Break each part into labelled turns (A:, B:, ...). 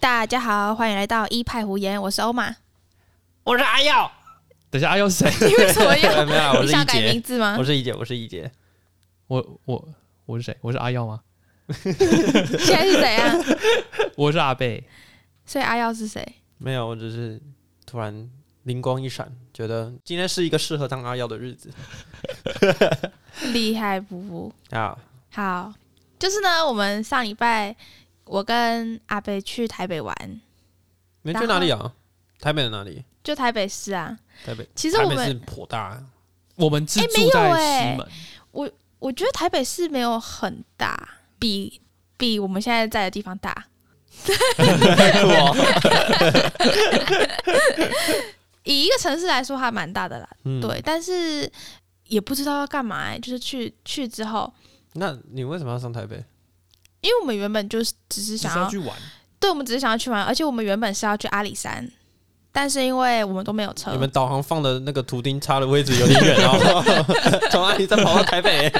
A: 大家好，欢迎来到一派胡言，我是欧 玛。
B: 我是阿耀，
C: 等一下，阿耀是谁？
A: 你为什么要？
B: 没有啊，我
A: 你
B: 是
A: 想
B: 一
A: 改名
B: 杰，
A: 字吗
B: 我？是一杰，我是一杰，
C: 我我我是谁？我是阿耀吗？
A: 现在是怎样？
C: 我是阿贝。
A: 所以阿耀是谁？
B: 没有，我只是突然灵光一闪，觉得今天是一个适合当阿耀的日子
A: 厉害不不？
B: 啊。
A: 好，就是呢，我们上礼拜我跟阿北去台北玩，
B: 你们去哪里啊？台北的哪里？
A: 就台北市啊。
B: 台北，
A: 其实
B: 台
A: 我
B: 北是
A: 们
B: 颇大，
C: 我们是
A: 哎没
C: 住
A: 有
C: 在
A: 哎
C: 西门，
A: 我觉得台北市没有很大，比比我们现在在的地方大。
B: 我
A: 以一个城市来说，还蛮大的啦。
B: 嗯
A: 对，。但是也不知道要干嘛、欸，就是去去之后，
B: 那你为什么要上台北？
A: 因为我们原本就是只是
C: 只
A: 想
C: 是
A: 要
C: 要去玩。
A: 对，我们只是想要去玩，而且我们原本是要去阿里山，但是因为我们都没有车
B: 你，们导航放的那个图钉插的位置有点远哦， 从阿里山跑到台北，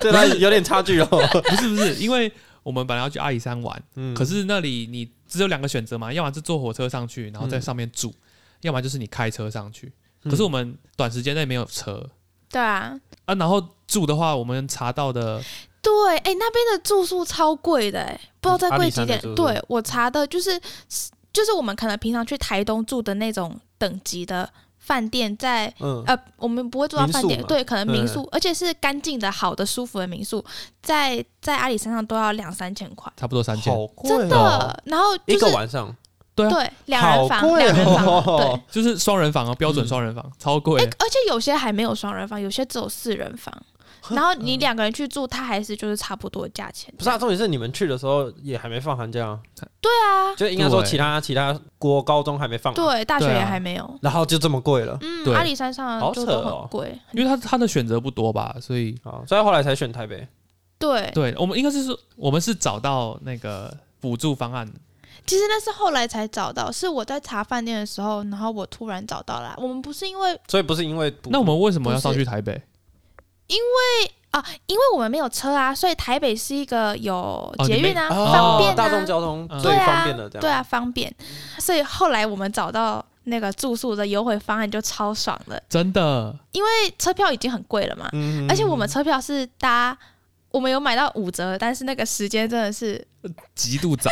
B: 对它有点差距哦。
C: 不是不是，因为我们本来要去阿里山玩，
B: 嗯
C: 可是那里你只有两个选择嘛，要么是坐火车上去，然后在上面
A: 嗯
C: 住，要么就是你开车上去。
B: 嗯
C: 可是我们短时间内没有车
A: 对啊，
C: 啊，然后住的话，我们查到的
A: 对，哎、那边的住宿超贵的、哎，不知道再贵几点
B: 嗯阿里山的住。宿
A: 对我查的就是就是我们可能平常去台东住的那种等级的饭店在。
B: 嗯，
A: 呃，我们不会住到饭
B: 民
A: 店，
B: 宿嘛
A: 对，可能民宿，而且是干净的、好的、舒服的民宿，在在阿里山上都要两三千块，
C: 差不多三千，
B: 好贵
A: 真
B: 哦，
A: 的。然后
B: 一
A: 就
B: 个
A: 是
B: 晚上
C: 对啊
A: 对两人
B: 好
A: 房，
B: 贵
A: 两人
B: 哦
A: 房，对，
C: 就是双人房哦，标准双人房，超贵
A: 哎、。而且有些还没有双人房，有些只有四人房。然后你两个人去住，它还是就是差不多的价钱。
B: 不是啊，重点是你们去的时候也还没放寒假啊，
A: 对啊，
B: 就应该说
C: 对
B: 其他其他国高中还没放，，
A: 对，大学
C: 对
A: 也
C: 啊
A: 还没有。
B: 然后就这么贵了，
A: 嗯，
C: 对
A: 阿里山上
B: 好
A: 就
B: 扯
A: 都
B: 哦
A: 很贵。
C: 因为他他的选择不多吧，所以
B: 好，哦所以后来才选台北。
A: 对，
C: 对我们应该是说我们是找到那个补助方案，
A: 其实那是后来才找到，是我在查饭店的时候，然后我突然找到了。我们不是因为
B: 所以不是因为补
C: 那我们为什么要
A: 不是
C: 上去台北？
A: 啊，因为我们没有车啊，所以台北是一个有
C: 哦
A: 捷
C: 你没
A: 运啊，
B: 哦
A: 方便啊，
B: 大众交通
C: 嗯
B: 最
A: 对啊
B: 方便的这样，
A: 对啊，方便。所以后来我们找到那个住宿的优惠方案就超爽了，
C: 真的
A: 因为车票已经很贵了嘛，
B: 嗯
A: 而且我们车票是搭，我们有买到五折，但是那个时间真的是，
C: 极度 早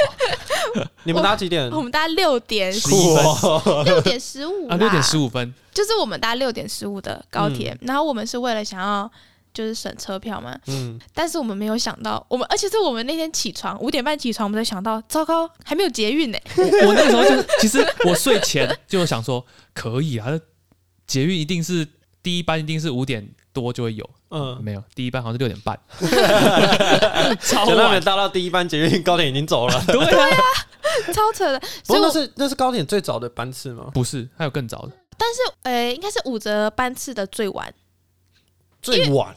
B: 你们搭几点？
A: 我们搭六点
B: 酷哦，
A: 六点十五
C: 啊，六点十
A: 五，
C: 五分，
A: 就是我们搭六点十五的高铁，然后我们是为了想要。就是省车票嘛，
B: 嗯，
A: 但是我们没有想到，我们而且是我们那天起床五点半起床，我们才想到，糟糕，还没有捷运呢、
C: 我那时候 就是，其实我睡前就想说，可以啊，捷运一定是第一班，一定是五点多就会有，
B: 嗯，
C: 没有第一班好像是六点半，超
B: 就那边
C: 晚，
B: 搭到第一班捷运，高铁已经走了。
C: 对啊，
A: 超扯的。
B: 不
A: 所
B: 过
A: 以我
B: 那，是那是高铁最早的班次吗？
C: 不是，还有更早的，
A: 但是呃，应该是五折班次的最晚
B: 最晚，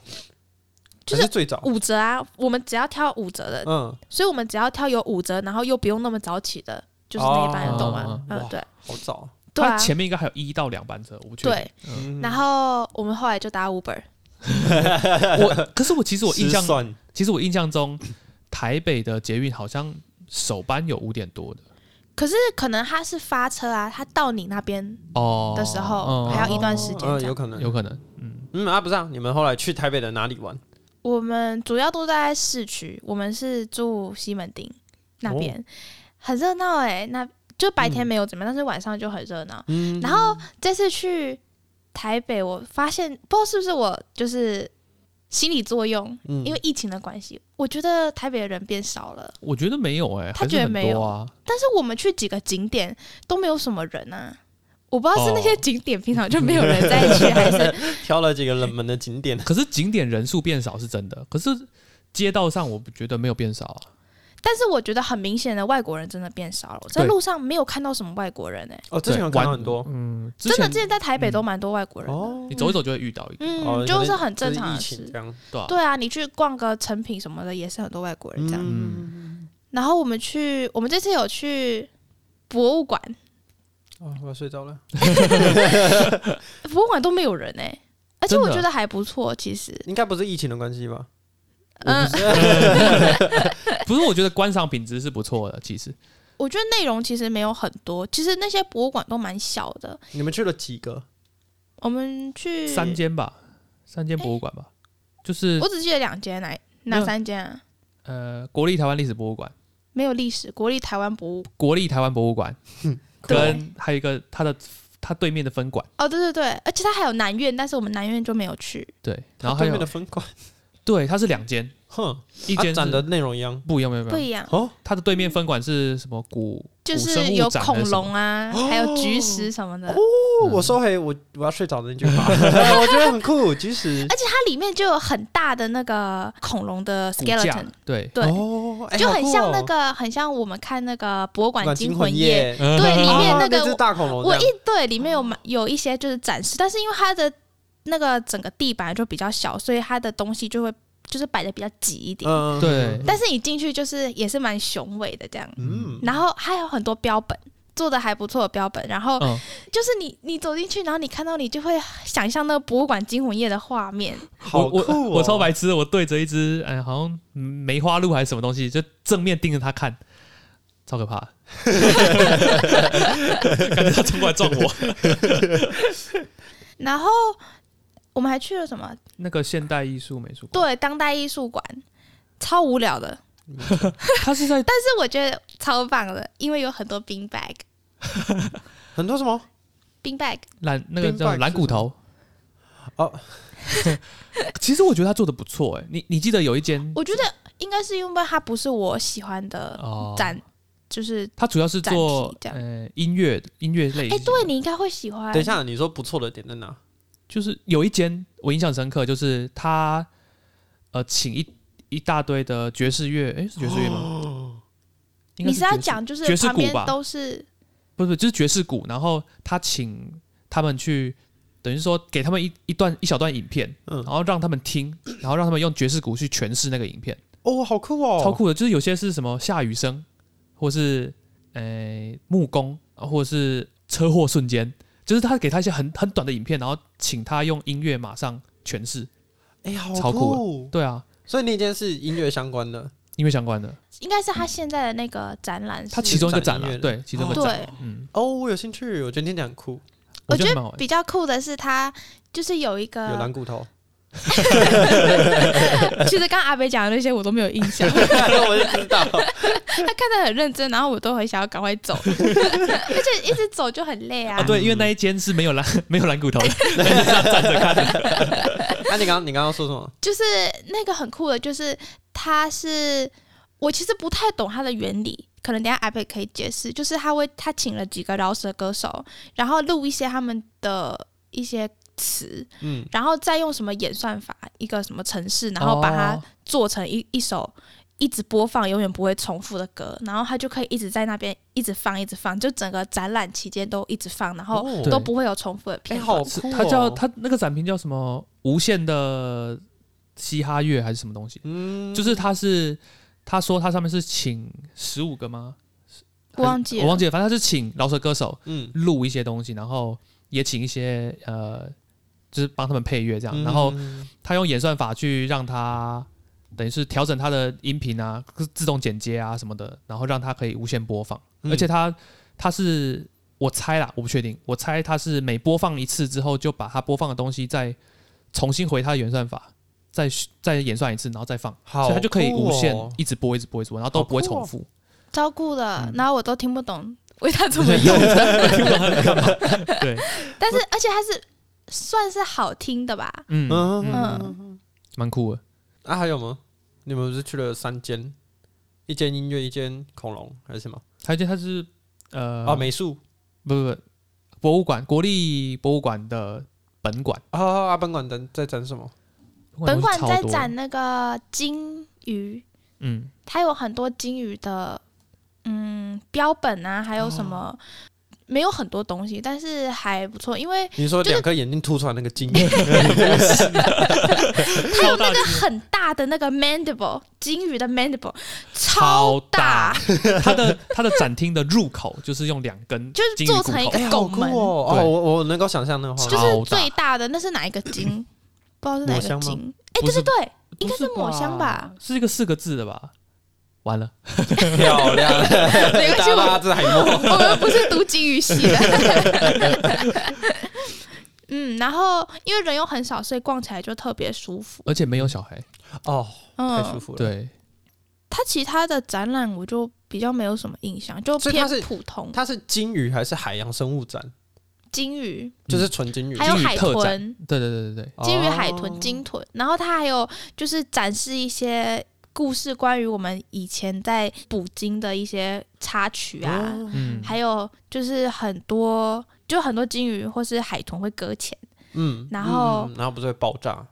A: 就是
B: 还是最早。
A: 五折啊，我们只要挑五折的，
B: 嗯，
A: 所以我们只要挑有五折，然后又不用那么早起的，就是那一班，
C: 哦
A: 你懂吗
C: 哦？
A: 嗯
B: 哇，
A: 对，
B: 好早。
A: 对
C: 它
A: 啊，
C: 前面应该还有一到两班车，我不确定。
A: 对。
B: 嗯
A: 然后我们后来就搭 Uber，
C: 我可是我其实我印象
B: 失，算
C: 其实我印象中台北的捷运好像首班有五点多的
A: 可是可能他是发车啊，他到你那边
C: 哦
A: 的时候还要一段时间
B: 嗯，
A: 这
B: 有
A: 样。
B: 可能。
C: 有可能，嗯，
B: 嗯啊，不是啊，你们后来去台北的哪里玩？
A: 我们主要都在市区，我们是住西门町那
B: 哦
A: 边，很热闹哎，那就白天没有怎么样，但是晚上就很热闹。
B: 嗯，
A: 然后这次去台北，我发现不知道是不是我就是心理作用，
B: 嗯
A: 因为疫情的关系，我觉得台北的人变少了。
C: 我觉得没有哎、
A: 他
C: 还
A: 觉
C: 是
A: 得
C: 很
A: 没有
C: 多啊，
A: 但是我们去几个景点都没有什么人啊，我不知道是那些
C: 哦
A: 景点平常就没有人在 去，还是
B: 嗯挑了几个冷门的景点。
C: 可是景点人数变少是真的，可是街道上我觉得没有变少啊。
A: 但是我觉得很明显的外国人真的变少了，我在
C: 对
A: 路上没有看到什么外国人哎、
B: 哦，之前
C: 对
B: 有看到
C: 玩
B: 很多。
C: 嗯，之
A: 真的
C: 前
A: 之前在台北都蛮多外国人的，
B: 哦
C: 你走一走就会遇到一个，
A: 嗯，
B: 哦
A: 就是
B: 可能
A: 很正常的
B: 就是疫情
A: 事
B: 这。样。
C: 对 啊，
A: 对啊，你去逛个成品什么的，也是很多外国人这样。
B: 嗯，
A: 然后我们去，我们这次有去博物馆，
B: 哦，我要睡着了。
A: 博物馆都没有人哎、而且
C: 真的
A: 我觉得还不错，其实。
B: 应该不是疫情的关系吧？
A: 嗯，
C: 不是，我觉得观赏品质是不错的，其实
A: 我觉得内容其实没有很多，其实那些博物馆都蛮小的。
B: 你们去了几个？
A: 我们去
C: 三，间吧，三间博物馆吧，就是
A: 哎我只记得两间，哪
C: 没
A: 哪
C: 有
A: 三间啊？
C: 呃国立台湾历史博物馆、
A: 没有历史，国立台湾博物
C: 国立台湾博物馆，
B: 嗯
A: 对
C: 跟还有一个它的它对面的分馆，
A: 哦，对对对，而且它还有南院，但是我们南院就没有去。
C: 对， 然后
B: 它对
C: 还
B: 面
C: 有
B: 的分馆，
C: 对，它是两间，
B: 哼，
C: 一间
B: 啊
C: 是
B: 展的内容一样
C: 不一样，没有没
A: 不
C: 有，
A: 一样，
B: 哦，
C: 它的对面分馆是什么啊古
A: 就
C: 古生
A: 是
C: 物
A: 有
C: 展还
A: 恐
C: 是什么哦
A: 龙啊，还有菊石什么的。
B: 哦
C: 嗯
B: 我收回我我要睡着的那句 话，我觉得很酷，即使
A: 而且它里面就有很大的那个恐龙的
C: 骨架
A: skeleton，，
C: 对，
A: 对，
B: 哦，哎
A: 就很像那
B: 好酷哦
A: 个，很像我们看那个博物
B: 《
A: 馆
B: 管
A: 惊
B: 魂
A: 夜，
B: 夜》
A: 对，里面
B: 啊
A: 那个
B: 只大恐龙这
A: 我
B: 样，
A: 一对里面有蛮有一些就是展示，但是因为它的那个整个地板就比较小，所以它的东西就会就是摆的比较挤一点。
B: 嗯
C: 对
A: 但是你进去就是也是蛮雄伟的这样，
B: 嗯，
A: 然后还有很多标本。做的还不错的标本，然后
C: 嗯，
A: 就是你你走进去，然后你看到你就会想象那个博物馆惊魂夜的画面，
B: 好酷
C: 我
B: 哦
C: 我我超白痴，我对着一只哎好像梅花鹿还是什么东西，就正面盯着它看，超可怕 的，感觉它冲过来撞我。
A: 然后我们还去了什么？
C: 那个现代艺术美术馆，
A: 对，当代艺术馆，超无聊的，
C: 它是在
A: 啊但是我觉得超棒的，因为有很多冰 bag，
B: 很多什么？
A: 冰 bag
C: 蓝那个
B: 冰
C: 叫
B: 块
C: 蓝
B: 是
C: 骨
B: 什
C: 头。
B: 哦，
C: 其实我觉得他做的不错哎、你你记得有一间
A: 哎我觉得应该是因为它不是我喜欢的
C: 哦，
A: 展，就是
C: 他主要是
A: 展体
C: 做
A: 这样
C: 呃音乐音乐类型
A: 哎、
C: 的，
A: 对你应该会喜欢。
B: 等一，下，你说不错的点在哪？
C: 就是有一间我印象深刻，就是他呃请一一大堆的爵士乐，诶，是爵士乐吗？应
A: 哦
C: 该
A: 你是要
C: 爵士
A: 讲就是
C: 爵士
A: 旁
C: 鼓
A: 边
C: 吧
A: 都是
C: 不是不是就是爵士鼓，然后他请他们去，等于说给他们一一段一小段影片，
B: 嗯
C: 然后让他们听，然后让他们用爵士鼓去诠释那个影片，
B: 哦，好酷哦，
C: 超酷的。就是有些是什么下雨声，或是呃木工，或是车祸瞬间，就是他给他一些很很短的影片，然后请他用音乐马上诠释。
B: 哎，好
C: 超酷
B: 酷。
C: 对啊，
B: 所以那间是音乐相关的，
C: 音乐相关的，
A: 应该是他现在的那个展览是，
C: 它其中一个展
B: 展
C: 啊
B: 音乐，的
C: 对，其中一个展，
A: 对，
C: 嗯，
B: 哦，我有兴趣，我觉得听起来很酷，
A: 我
C: 觉
A: 觉
C: 得蛮好
A: 得
C: 玩。
A: 比较酷的是他就是有一
B: 有蓝
A: 个，
B: 骨头，
A: 其实刚刚阿北讲的那些我都没有印 象，
B: 我就 知道，
A: 他看得很认真，然后我都很想要赶快走， 而且一直走就很累啊。
C: 啊，对，因为那一间是没有蓝 没有蓝骨头的，
B: 那你刚刚你刚刚说什么？
A: 就是那个很酷的，就是它是我其实不太懂它的原理，可能等一下 iPad 可以解释。就是他会他请了几个饶舌歌手，然后录一些他们的一些词，
B: 嗯，
A: 然后再用什么演算法一个什么程式， 然后把它
C: 哦
A: 做成一一首。一直播放永远不会重复的歌，然后他就可以一直在那边一直放，一直放，就整个展览期间都一直放，然后
B: 哦
C: 对
A: 都不会有重复的
B: 哎，
A: 片段。
B: 好
C: 是
B: 酷哦，
C: 它叫它那个展品叫什么？无限的嘻哈乐还是什么东西？
B: 嗯，
C: 就是它是他说它上面是请十五个吗？
A: 我忘记了，
C: 我忘记了，反正他是请饶舌歌手
B: 嗯，
C: 录一些东西，然后也请一些呃，就是帮他们配乐这样，然后
B: 嗯
C: 他用演算法去让它等于是调整它的音频啊，自动剪接啊什么的，然后让它可以无限播放。
B: 嗯
C: 而且它它是我猜啦，我不确定，我猜它是每播放一次之后，就把它播放的东西再重新回它的演算法，再再演算一次，然后再放，
B: 好
C: 所以它就可以无限
B: 酷哦
C: 一直播，一直播，一直播，然后都不会重复。
A: 照顾的，
C: 嗯
A: 然后我都听不懂为他 怎么用的，
C: 听不懂它在干嘛？对，
A: 但是而且它是算是好听的吧？
C: 嗯
B: 嗯
C: 嗯，蛮酷的。
B: 啊，还有吗？你们不是去了三间，一间音乐，一间恐龙，还是什么？
C: 还有一件它是呃，
B: 啊，美术
C: 不不不，博物馆国立博物馆的本馆。
B: 啊，啊本馆展在展什么？
A: 本馆
C: 超
A: 在
C: 多
A: 展，那个金鱼，
C: 嗯，
A: 它有很多金鱼的嗯标本啊，还有什么、
C: 哦
A: 没有很多东西，但是还不错，因为
B: 你说
A: 就是
B: 两颗眼睛凸出来那个 金，
A: 它有那个很大的那个 mandible 金鱼的 mandible
C: 超
A: 大，
C: 它的它的展厅的入口就是用两根
A: 就是
C: 金鱼
A: 做
C: 骨
A: 成一
C: 头
A: 个
B: 哎好
A: 拱
B: 酷
A: 门
B: 哦！哦，
C: 对
B: 我我能够想象那个画
A: 就
B: 面，
A: 是
C: 超大
A: 最大的那是哪一个金？不知道是哪
B: 抹
A: 一个
B: 香吗
A: 金？哎、
C: 不
A: 对
C: 是
A: 对对，应该
C: 不
A: 是抹香吧？
C: 是一个四个字的吧？完了，
B: 漂亮，
A: 没关系，
B: 大
A: 我
B: 巴这海默，
A: 我们不是读金鱼系的。 嗯，然后因为人又很少，所以逛起来就特别舒服。
C: 而且没有小孩，
B: 哦，太舒
A: 嗯，
B: 服了。，
C: 对，
A: 它其他的展览我就比较没有什么印象，就
B: 所以它
A: 偏
B: 是
A: 普通。
B: 它是鲸鱼还是海洋生物展？
A: 金鱼，
B: 就是纯鲸鱼，
A: 还有
C: 金鱼
A: 海
C: 特展
A: 豚，
C: 对对对对对，
A: 金鱼、
B: 哦
A: 海豚、鲸豚，然后它还有就是展示一些故事，关于我们以前在捕鲸的一些插曲啊，
B: 哦
C: 嗯，
A: 还有就是很多就很多鲸鱼或是海豚会搁浅，
B: 嗯，
A: 然后
B: 嗯然后不是会爆炸？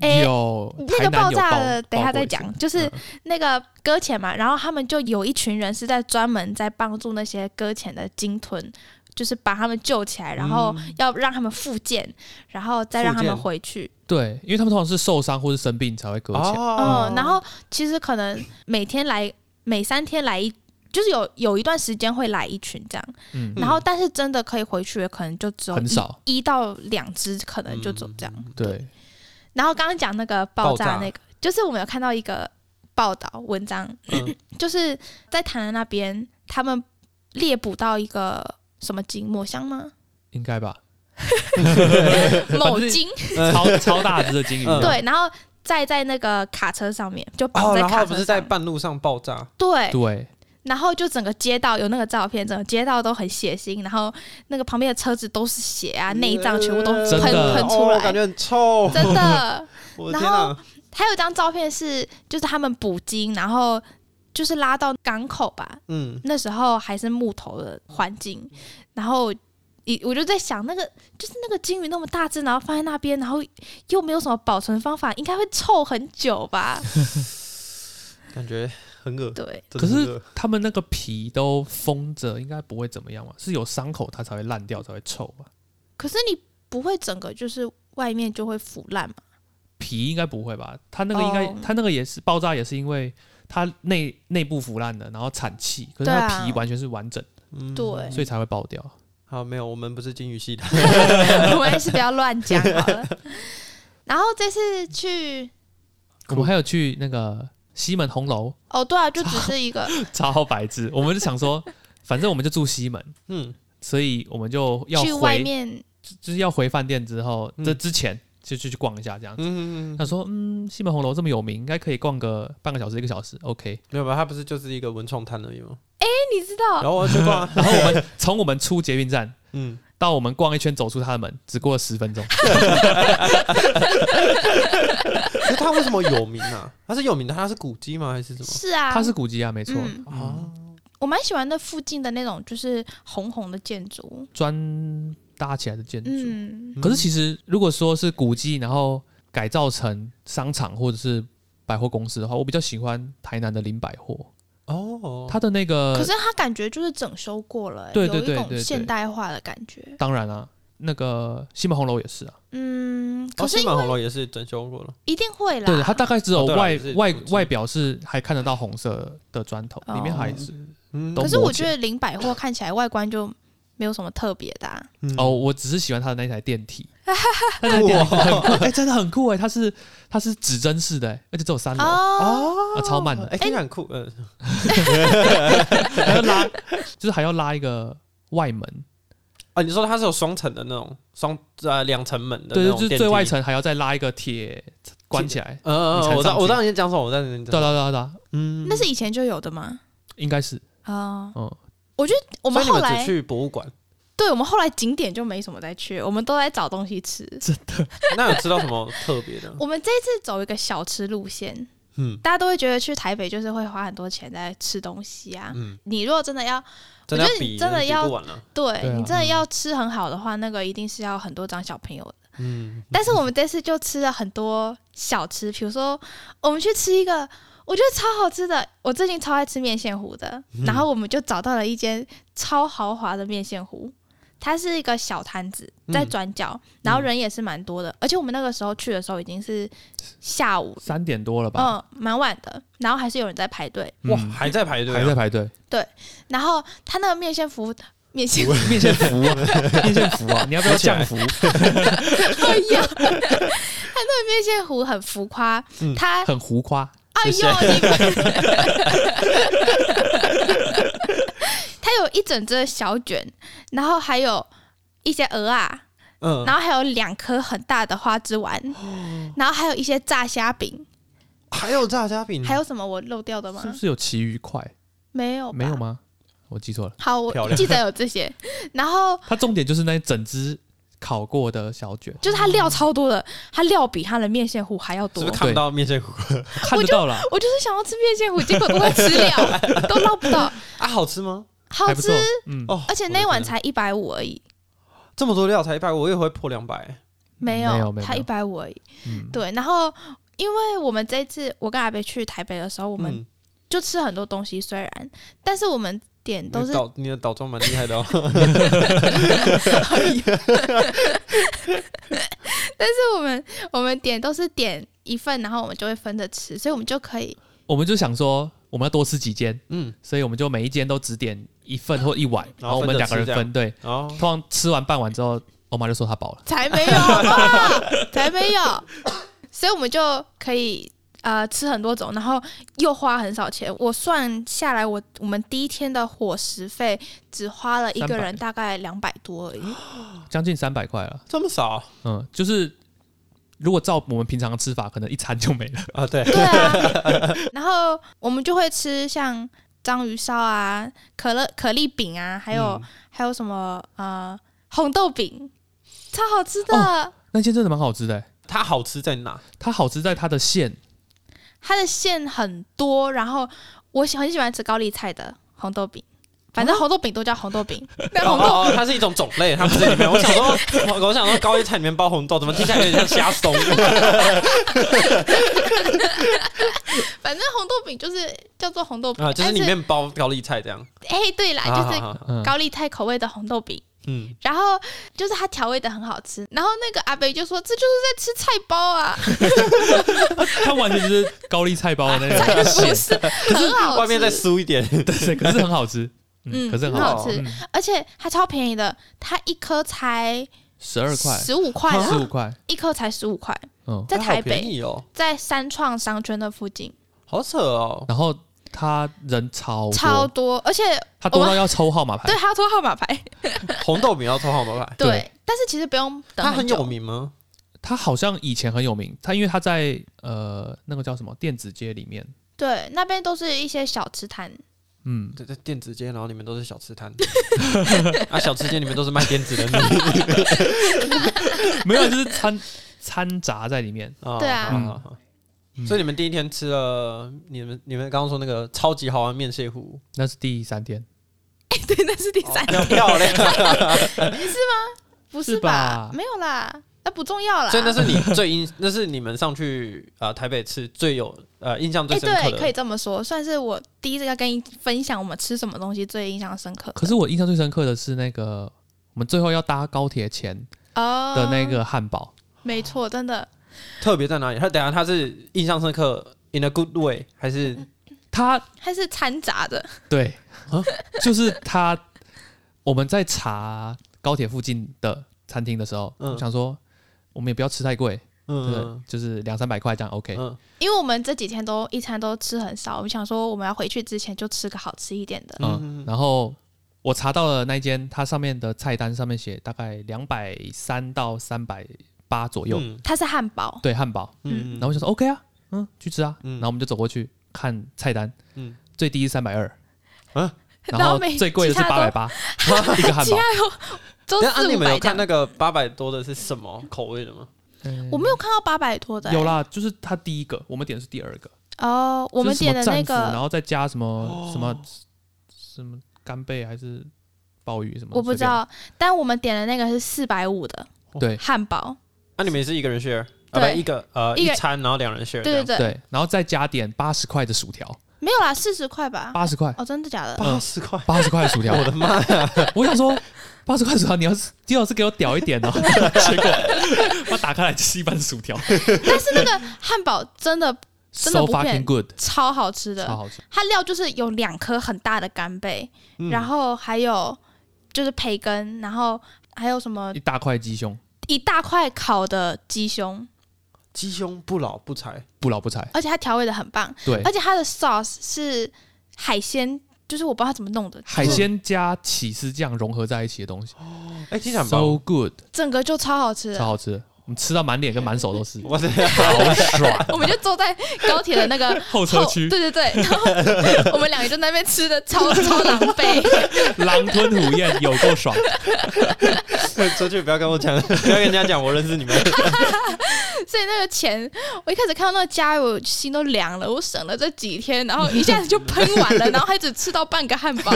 A: 哎
C: 有
B: 嗯
A: 那
C: 台
A: 个
C: 南
A: 爆
C: 有
A: 炸
C: 爆
A: 的等一下
C: 爆过
A: 再
C: 一嗯次
A: 讲，就是那个搁浅嘛，然后他们就有一群人是在专门在帮助那些搁浅的鲸豚。就是把他们救起
B: 嗯
A: 来，然
C: 嗯
A: 后要让他们复健，然后再让他
B: 复
A: 们
B: 健
A: 回去。
C: 对，因为他们通常是受伤或是生病才会搁浅，
B: 哦
A: 嗯，然后其实可能每天来，每三天来一，就是有有一段时间会来一群这样，
C: 嗯，
A: 然后但是真的可以回去的可能就只有
C: 很
A: 一
C: 少，
A: 一到两只，可能呃就只有这样。
C: 对，
A: 然后刚刚讲那个爆
B: 嗯爆炸
A: 炸那个，就是我们有看到一个报道文章，
B: 嗯
A: 就是在台南那边他们猎捕到一个什么鲸，抹香吗？
C: 应该吧，
A: 某鲸，
C: 超超大只的金鱼，啊
B: 嗯
A: 对，然后载在那个卡车上面，就绑
B: 哦，
A: 在
B: 然
A: 卡
B: 后
A: 车
B: 不是
A: 上，
B: 在半路上爆炸，
A: 对，
C: 对，
A: 然后就整个街道有那个照片，整个街道都很血腥，然后那个旁边的车子都是血啊，内脏全部都
B: 呃
A: 喷
C: 真的
A: 喷出
B: 哦
A: 来，
B: 感觉很臭。
A: 真的。
B: 我的天啊哪！
A: 还有一张照片是，就是他们捕鲸，然后就是拉到港口吧，
B: 嗯，
A: 那时候还是木头的环境，然后。一我就在想，那个就是那个鲸鱼那么大只，然后放在那边，然后又没有什么保存方法，应该会臭很久吧？
B: 感觉很恶。
A: 对，
B: 真的很
C: 可是
B: 恶
C: 他们那个皮都封着，应该不会怎么样嘛？是有伤口它才会烂掉，才会臭吧？
A: 可是你不会整个就是外面就会腐烂嘛？
C: 皮应该不会吧？它那个应该，
A: 哦
C: 它那个也是爆炸，也是因为它内内部腐烂的，然后产气，可是
A: 对
C: 它
A: 啊
C: 的皮完全是完整，
B: 嗯
A: 对
C: 所以才会爆掉。
B: 好，没有，我们不是金鱼系的。
A: 我们还是不要乱讲好了。然后这次去，
C: 我们还有去那个西门红楼，
A: 哦，对啊，就只是一个，
C: 超白痴，我们就想说， 反正我们就住西门，
B: 嗯，
C: 所以我们就 要
A: 去外
C: 回，
A: 面
C: 就是要回饭店之后，
B: 嗯
C: 这之前就就去逛一下这样子。
B: 嗯嗯嗯，
C: 他说：“嗯，西门红楼这么有名，应该可以逛个半个小时、一个小时，OK。
B: 没有吧？它不是就是一个文创摊而已吗？
A: 你知道
B: 然后我要去逛啊，
C: 然后我们从我们出捷运站
B: 嗯，
C: 到我们逛一圈走出他的门，只过了十分钟。
B: 可是它为什么有名啊？它是有名的，它是古迹吗？还是什么？
A: 是啊，
C: 它是古迹啊，没错，
A: 嗯
B: 啊，
A: 我蛮喜欢那附近的那种就是红红的建筑，
C: 砖、搭起来的建筑。
A: 嗯，
C: 可是其实如果说是古迹，然后改造成商场或者是百货公司的话，我比较喜欢台南的林百货，
B: 哦，
C: 它的那
A: 可
C: 个
A: 是它感觉就是整修过了、欸
C: 呃对对对
A: 有一
C: 对
A: 种
C: 对
A: 现代化的感觉，
C: 当然啊，那个西门红楼也是啊，
A: 嗯，
B: 哦
A: 可是
B: 西门红楼也是整修过了，
A: 一定会啦，
C: 对对，它大概只有
B: 哦对啦
C: 外、
B: 就是
C: 外
B: 古迹
C: 外表是还看得到红色的砖头，里
B: 哦
C: 面还是
B: 嗯
C: 都
A: 可是我
C: 磨起
A: 觉
C: 来
A: 得林百货看起来外观就没有什么特别的、啊，
B: 嗯
C: 哦，我只是喜欢它的那台电梯，那台电梯很
B: 哇，
C: 酷，哎、真的很酷哎、它是它是指针式的、哎而且只有三楼，
A: 哦，
B: 哦
C: 啊超慢的
B: 哎，听起来很酷，嗯，
C: 还要拉，就是还要拉一个外门，
B: 啊，你说它是有双层的那种双呃两层门的
C: 对，
B: 那
C: 就
B: 种
C: 是
B: 电梯，
C: 最外层还要再拉一个铁关起来。
B: 嗯，嗯
C: 你
B: 嗯，
C: 才上
B: 我知道，
C: 去
B: 我知道你在讲什么，我知道你在
C: 对
B: 讲什
C: 啊对
B: 么，
C: 啊对啊对啊，
B: 嗯
A: 那是以前就有的吗？
C: 应该是
A: 哦，
C: 嗯
A: 我们
B: 所以
A: 后
B: 你们
A: 来
B: 只去博物馆，
A: 对，我们后来景点就没什么再去，我们都在找东西吃。
B: 那有吃到什么特别的？
A: 我们这一次走一个小吃路线，
B: 嗯
A: 大家都会觉得去台北就是会花很多钱在吃东西啊。
B: 嗯，
A: 你如果真的要，
B: 真的
A: 我觉得
B: 比
A: 你真的
B: 比
A: 要
B: 不完了，
A: 对
C: 对啊
A: 你真的要吃很好的话，那个一定是要很多张小朋友的。
B: 嗯，
A: 但是我们这次就吃了很多小吃，比如说我们去吃一个。我觉得超好吃的，我最近超爱吃面线糊的。
B: 嗯
A: 然后我们就找到了一间超豪华的面线糊，它是一个小摊子，在
B: 嗯
A: 转角，然后人也是蛮多的。而且我们那个时候去的时候已经是下午
C: 三点多了吧？
A: 嗯，蛮晚的，然后还是有人在排队。
C: 嗯
B: 哇，还在排队啊，
C: 还在排队，
A: 然后他那个面线服，面线
C: 面线服，啊 面线服啊！你要不要降服？
A: 哎不一样，他那个面线糊很浮夸，
B: 嗯
A: 他
C: 很浮夸，
A: 啊哎
B: 谢谢
A: 呦，你们 它有一整只的小卷，然后还有一些鹅啊，
B: 嗯
A: 然，后还有两颗很大的花枝丸，
C: 哦
A: 然后还有一些炸虾饼，
B: 还有炸虾饼，
A: 还有什么我漏掉的吗
C: 嗯是？不是有其余块？
A: 没有，
C: 没有？吗？我记错了。
A: 好，
B: 漂
A: 我
B: 亮
A: 记得有这些，然后
C: 它重点就是那一整只烤过的小卷，
A: 就是它料超多的，它料比它的面线糊还要
B: 是
A: 多
B: 不是。看不到面线糊
C: 看得到啦，
A: 我就是想要吃面线糊，结果都快吃 了，都捞不到，
B: 啊？好吃吗？
A: 好
C: 还不
A: 吃
C: 错。。嗯，
B: 哦，
A: 而且那一碗才一百五而已，
B: 这么多料才一百，我也会破两百。
A: 没
C: 没有没有
A: 才一百五而已。
C: 嗯
A: 对，然后因为我们这一次我跟阿北去台北的时候，我们
B: 嗯，
A: 就吃很多东西，虽然，但是我们点都
B: 嗯你
A: 是
B: 的倒你的倒装蛮厉害的哦。
A: 是我们我们点都是点一份，然后我们就会分着吃，所以我们就可以
C: 我们就想说我们要多吃几间，
B: 嗯，
C: 所以我们就每一间都只点一份或一碗，
B: 然
C: 然
B: 后
C: 后我们
B: 分着
C: 两个
B: 吃
C: 人
B: 这样
C: 分。对，
B: 哦
C: 通，常吃完半碗之后，我妈就说她饱了。
A: 才没有好不好才没有，所以我们就可以呃吃很多种，然后又花很少钱。我算下来我，我们第一天的伙食费只花了一个人
C: 300
A: 大概两百多而已。
C: 将近三百块了。
B: 这么少啊
C: 嗯，就是如果照我们平常的吃法，可能一餐就没了。
B: 啊？对，
A: 对啊，然后我们就会吃像章鱼烧啊、可乐可丽饼啊，还有、
B: 嗯
A: 还有什么呃红豆饼，超好吃的。
C: 那间真的蛮好吃的欸，
B: 它好吃在哪？
C: 它好吃在它的馅，
A: 它的馅很多，然后我喜很喜欢吃高丽菜的红豆饼，反正红豆饼都叫红豆饼，但
B: 哦
A: 红豆
B: 哦，哦它是一种种类，它不是里面。我 想说，我我想说，高丽菜里面包红豆，怎么听起来有点像虾 松？
A: 反正红豆饼就是叫做红豆饼
B: 啊，就是
A: 但
B: 里面包高丽菜这样。
A: 哎、对啦，
B: 啊
A: 就是
B: 啊啊
C: 嗯，
A: 高丽菜口味的红豆饼。
B: 嗯，
A: 然后就是它调味的很好吃，然后那个阿北就说这就是在吃菜包啊，
C: 它完全就是高丽 菜包的那
A: 才
C: 个
A: 不
C: 馅，
A: 是很好吃。
B: 外面再酥一点。
C: 对，可是很好吃，
A: 嗯
C: 嗯，可是很
A: 很
C: 好
A: 好
B: 好
A: 吃，
C: 吃，
A: 而且它超便宜的，它一颗才
C: 十二块，啊
A: 十五块
C: 十
A: 啦，
C: 五块，
A: 一颗才十五块，
C: 嗯，
A: 在
B: 它好
A: 台
B: 便
A: 北，
B: 宜哦，
A: 在三创商圈的附近，
B: 好扯 哦。
C: 然后他人超多
A: 超多，而且
C: 他多到要抽号码牌
A: 对，还要抽号码牌，
B: 红豆饼要抽号码牌，
C: 对
A: 对，但是其实不用等
B: 它很
A: 久
B: 有，名吗？
C: 他好像以前很有名，他因为他在呃那个叫什么电子街里面，
A: 对，那边都是一些小吃摊，
C: 嗯，
B: 对，在电子街，然后里面都是小吃 摊，啊，小吃街里面都是卖电子的。
C: 没有就是掺 掺杂在里面，
B: 啊
A: 对啊
B: 好好好
C: 嗯
B: 所以你们第一天吃了你们你们刚刚说那个超级好玩面蟹 糊，
C: 那是第三天，
A: 对，那是第三，
B: 漂漂亮，
A: 哦不是
C: 是吧
A: 没有啦，那不重要啦，
B: 所以那是你最印，那是你们上去啊、呃台北吃最有呃印象最
A: 哎、
B: 深刻
A: 对，
B: 的。
A: 可以这么说，算是我第一次要跟你分享我们吃什么东西最印象深刻的。
C: 可是我印象最深刻的是那个我们最后要搭高铁前
A: 哦
C: 的那，个汉堡，
A: 没错，真的
B: 特别在哪里？他等一下他是印象深刻，in a good way，还是
C: 他
A: 它是掺杂的，
C: 对，啊就是他，我们在查高铁附近的餐厅的时候，
B: 嗯
C: 我想说我们也不要吃太贵，对
B: 嗯，
C: 就是两三百块这样 OK。
B: 嗯，
A: 因为我们这几天都一餐都吃很少，我们想说我们要回去之前就吃个好吃一点的。
B: 嗯
C: 嗯，然后我查到了那一间，它上面的菜单上面写大概两百三到三百八左右，
B: 嗯
A: 它是汉堡，
C: 对汉堡。
B: 嗯，
C: 然后我想说 OK 啊，嗯，去吃啊。
B: 嗯
C: 然后我们就走过去看菜单，
B: 嗯
C: 最低是三百二，
B: 啊
C: 然后
A: 每
C: 最贵的是
A: 其
C: 八
A: 他
C: 百
A: 都
C: 八一个汉
A: 其
C: 堡
A: 他。有都
B: 那啊，
A: 四
B: 你
A: 五
B: 们
A: 百
B: 有
A: 这
B: 看
A: 样。
B: 那个八百多的是什么口味的吗？
C: 嗯
A: 我没有看到八百多的、欸
C: 有啦，就是它第一个，我们点的是第二个。
A: 哦，我们
C: 就是
A: 点
C: 什
A: 的
C: 么
A: 那
C: 战斧然
A: 个
C: 后再加什么、
B: 哦
C: 什么什么干贝还是鲍鱼什么，
A: 我不知道，但我们点的那个是四百五的
C: 随
B: 哦
C: 便。
A: 汉堡，
B: 啊，你们也是一个人 share，啊，
A: 对
B: 不一个呃
A: 一
B: 一
A: 个
B: 餐，然后两人 share，这
A: 对
B: 样
A: 对
C: 对
A: 对，
C: 对，然后再加点八十块的薯条，
A: 没有啦，四十块吧？
C: 八十块，
A: 哦，真的假的？
B: 八十块，
C: 八十块的薯条，
B: 我的妈呀！
C: 我想说。八十块薯条，你要是最好是给我屌一点 哦。结果我打开来就是一般薯条
A: 但是那个汉堡真的真的
C: ，so
A: 不骗
C: fucking good，
A: 超好吃的，
C: 超好吃。
A: 它料就是有两颗很大的干贝，
B: 嗯
A: 然后还有就是培根，然后还有什么
C: 一大块鸡胸，
A: 一大块烤的鸡胸，
B: 鸡胸不老不柴，
C: 不老不柴。
A: 而且它调味的很棒，
C: 对
A: 而，且它的 sauce 是海鲜，就是我不知道它怎么弄的，
C: 海鲜加起司酱融合在一起的东西
B: 哎，听起来很棒
C: ，so good，
A: 整个就超好吃的
C: 超好吃的。我们吃到满脸跟满手都是，
B: 我的
C: 好爽。
A: 我们就坐在高铁的那个
C: 候车区
A: 对对对， 然后我们两个就在那边吃的超超狼狈，
C: 狼吞虎咽，有够爽。
B: 出去不要跟我讲， 不要跟人家讲我认识你 们。
A: 所以那个钱，我一开始看到那个价位，我心都凉了，我省了这几天，然后一下子就喷完了，然后还只吃到半个汉堡，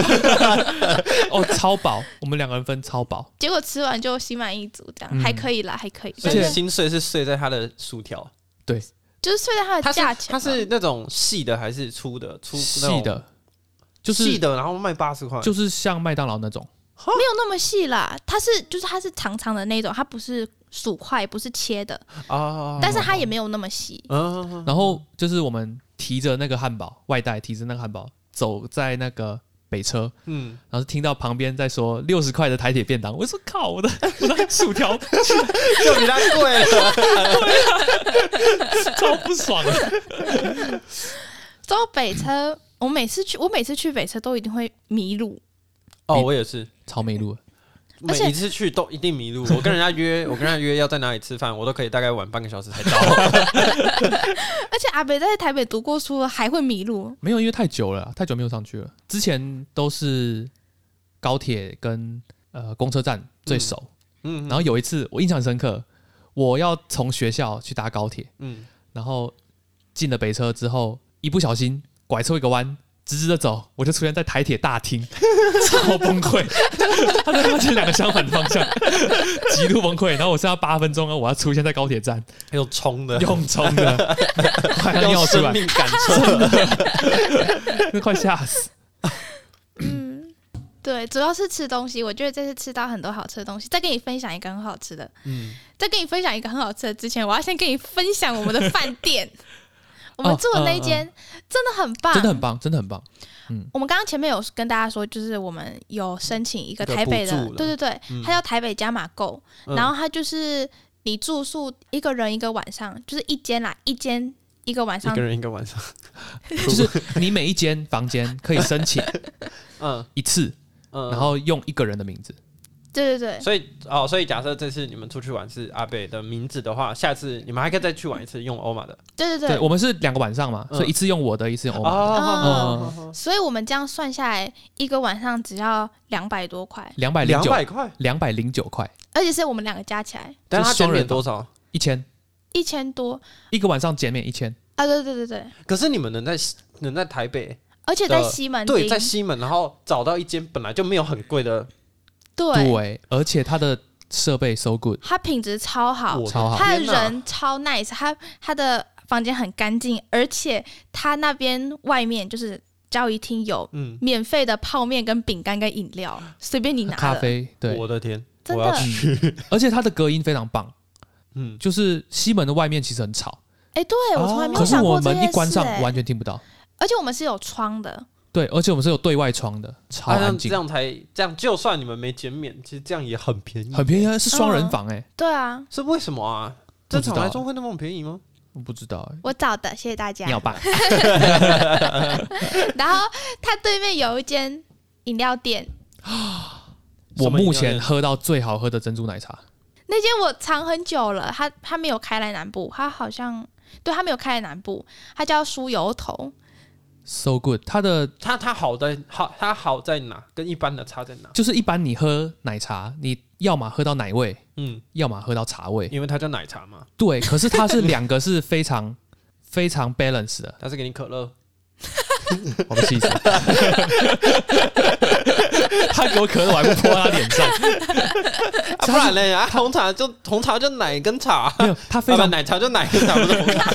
C: 哦，超饱，我们两个人分超饱，
A: 结果吃完就心满意足，这样、
C: 嗯
A: 还可以啦，还可以，
B: 而
A: 但
B: 且
A: 是
B: 心碎是碎在它的薯条，
A: 就是睡在它
B: 它
A: 的
B: 是
A: 价钱啊
B: 它
A: 嘛，
B: 是那种细的还是粗的？粗那种
C: 细的，就是
B: 细的，然后卖八十块，
C: 就是像麦当劳那种，
A: 没有那么细啦，它是就是它是长长的那种，它不是薯块，不是切的，
B: 啊，
A: 但是它也没有那么细，
B: 嗯，
C: 然后就是我们提着那个汉堡，外带提着那个汉堡，走在那个北车，
B: 嗯，
C: 然后听到旁边在说六十块的台铁便当，我说靠，我的我的薯条
B: 就比它贵了。
C: 超不爽的，
A: 走北车，我每次去，我每次去北车都一定会迷路，
B: 哦，我也是。
C: 超没路。
A: 而
B: 每
A: 且
B: 一次去都一定迷 路。我跟人家约，我跟人家约要在哪里吃饭，我都可以大概晚半个小时才到。
A: 而且阿北在台北读过书，还会迷路。
C: 没有，因为太久了啊，太久没有上去了。之前都是高铁跟呃公车站最熟，
B: 嗯，
C: 然后有一次我印象很深刻，我要从学校去搭高铁，
B: 嗯，
C: 然后进了北车之后，一不小心拐出一个弯，直直的走，我就出现在台铁大厅， 超崩溃。他在发现两个相反的方向，极度崩溃。然后我剩下八分钟啊，我要出现在高 铁站，
B: 还有冲的，
C: 用冲的，快要尿
B: 用
C: 出
B: 生
C: 来，
B: 命感冲。
C: 那快吓 死。
A: 嗯，对，主要是吃东西，我觉得这次吃到很多好吃的东西。再跟你分享一个很好吃的，
B: 嗯，
A: 在跟你分享一个很好吃的之前，我要先跟你分享我们的饭店。我们住的那一间、真的很棒，
C: 真的很棒，真的很棒。
A: 啊我们刚刚前面有跟大家说，就是我们有申请一个台北
B: 一个补
A: 的
B: 助，了
A: 对对对，
B: 嗯
A: 它叫台北加码购，
B: 嗯
A: 然后它就是你住宿一个人一个晚上，就是一间啦，一间一个晚
B: 一
A: 上
B: 个，人一个晚上。
C: 就是你每一间房间可以申请
B: 嗯
C: 一次，
B: 嗯，
C: 然后用一个人的名字。
A: 对对对，
B: 所以哦，所以假设这次你们出去玩是阿北的名字的话，下次你们还可以再去玩一次用欧玛的。
A: 对对
C: 对
A: 对，
C: 我们是两个晚上嘛，
B: 嗯
C: 所以一次用我的，一次用欧玛的，
B: 哦，
A: 所以我们这样算下来，一个晚上只要两百多块，
C: 两百零
B: 两
C: 九，
B: 百块，
C: 两百零九块，
A: 而且是我们两个加起来
B: 但
C: 就是
B: 他减
C: 双人
B: 免多少？
C: 一千，
A: 一千多
C: 一个晚上减免一千。
A: 啊！对对对对，
B: 可是你们能在能在台北，
A: 而且在
C: 呃
B: 的
A: 西门町，
B: 对，在西门，然后找到一间本来就没有很贵的，
A: 对，
C: 对，而且它的设备 so good，
A: 它品质超好，
B: 我
C: 超好
A: 他的
B: 天哪
A: 人超 nice，他他的房间很干净，而且他那边外面就是交易厅有
B: 嗯，
A: 免费的泡面、跟饼干、跟饮料，随便你拿的
C: 咖，啡对，
B: 我的天，
A: 真
B: 我要
A: 的
B: 去，
C: 而且它的隔音非常棒，
B: 嗯，
C: 就是西门的外面其实很吵，
A: 哎、对我从来没
C: 哦可
A: 有
C: 是
A: 想
C: 我
A: 过这
C: 门一
A: 件
C: 关
A: 事、
C: 上
A: 哎
C: 完全听不到。
A: 而且我们是有窗的，
C: 对，而且我们是有对外窗的，超
B: 啊这
C: 安
B: 样这
C: 静，
B: 样才这样，就算你们没减免，其实这样也很便宜，
C: 很便宜啊，是双
A: 嗯
C: 人房哎，
A: 对啊，
B: 是为什么啊？
C: 不
B: 正
C: 知道
B: 常来说会那么便宜吗？
C: 我不知道哎，
A: 我找的，谢谢大家。
C: 尿吧，
A: 然后他对面有一间饮料店，
C: 我
B: 什么饮料
C: 目前
B: 店
C: 喝到最好喝的珍珠奶茶，
A: 那间我藏很久了，他他没有开来南部，他好像对他没有开来南部，他叫酥油头，
C: so good，它的
B: 它它好在好，它好在哪？跟一般的差在哪？
C: 就是一般你喝奶茶，你要么喝到奶味，
B: 嗯，
C: 要么喝到茶味，
B: 因为它叫奶茶嘛，
C: 对，可是它是两个是非常 非常 balance 的，
B: 它是给你可乐，
C: 我不 气死。他给我可乐，我还不泼他脸 上。
B: 啊、不然嘞，啊，红茶就红茶就奶跟茶，
C: 没有，他非
B: 啊不
C: 常
B: 奶茶就奶跟茶，不是红茶。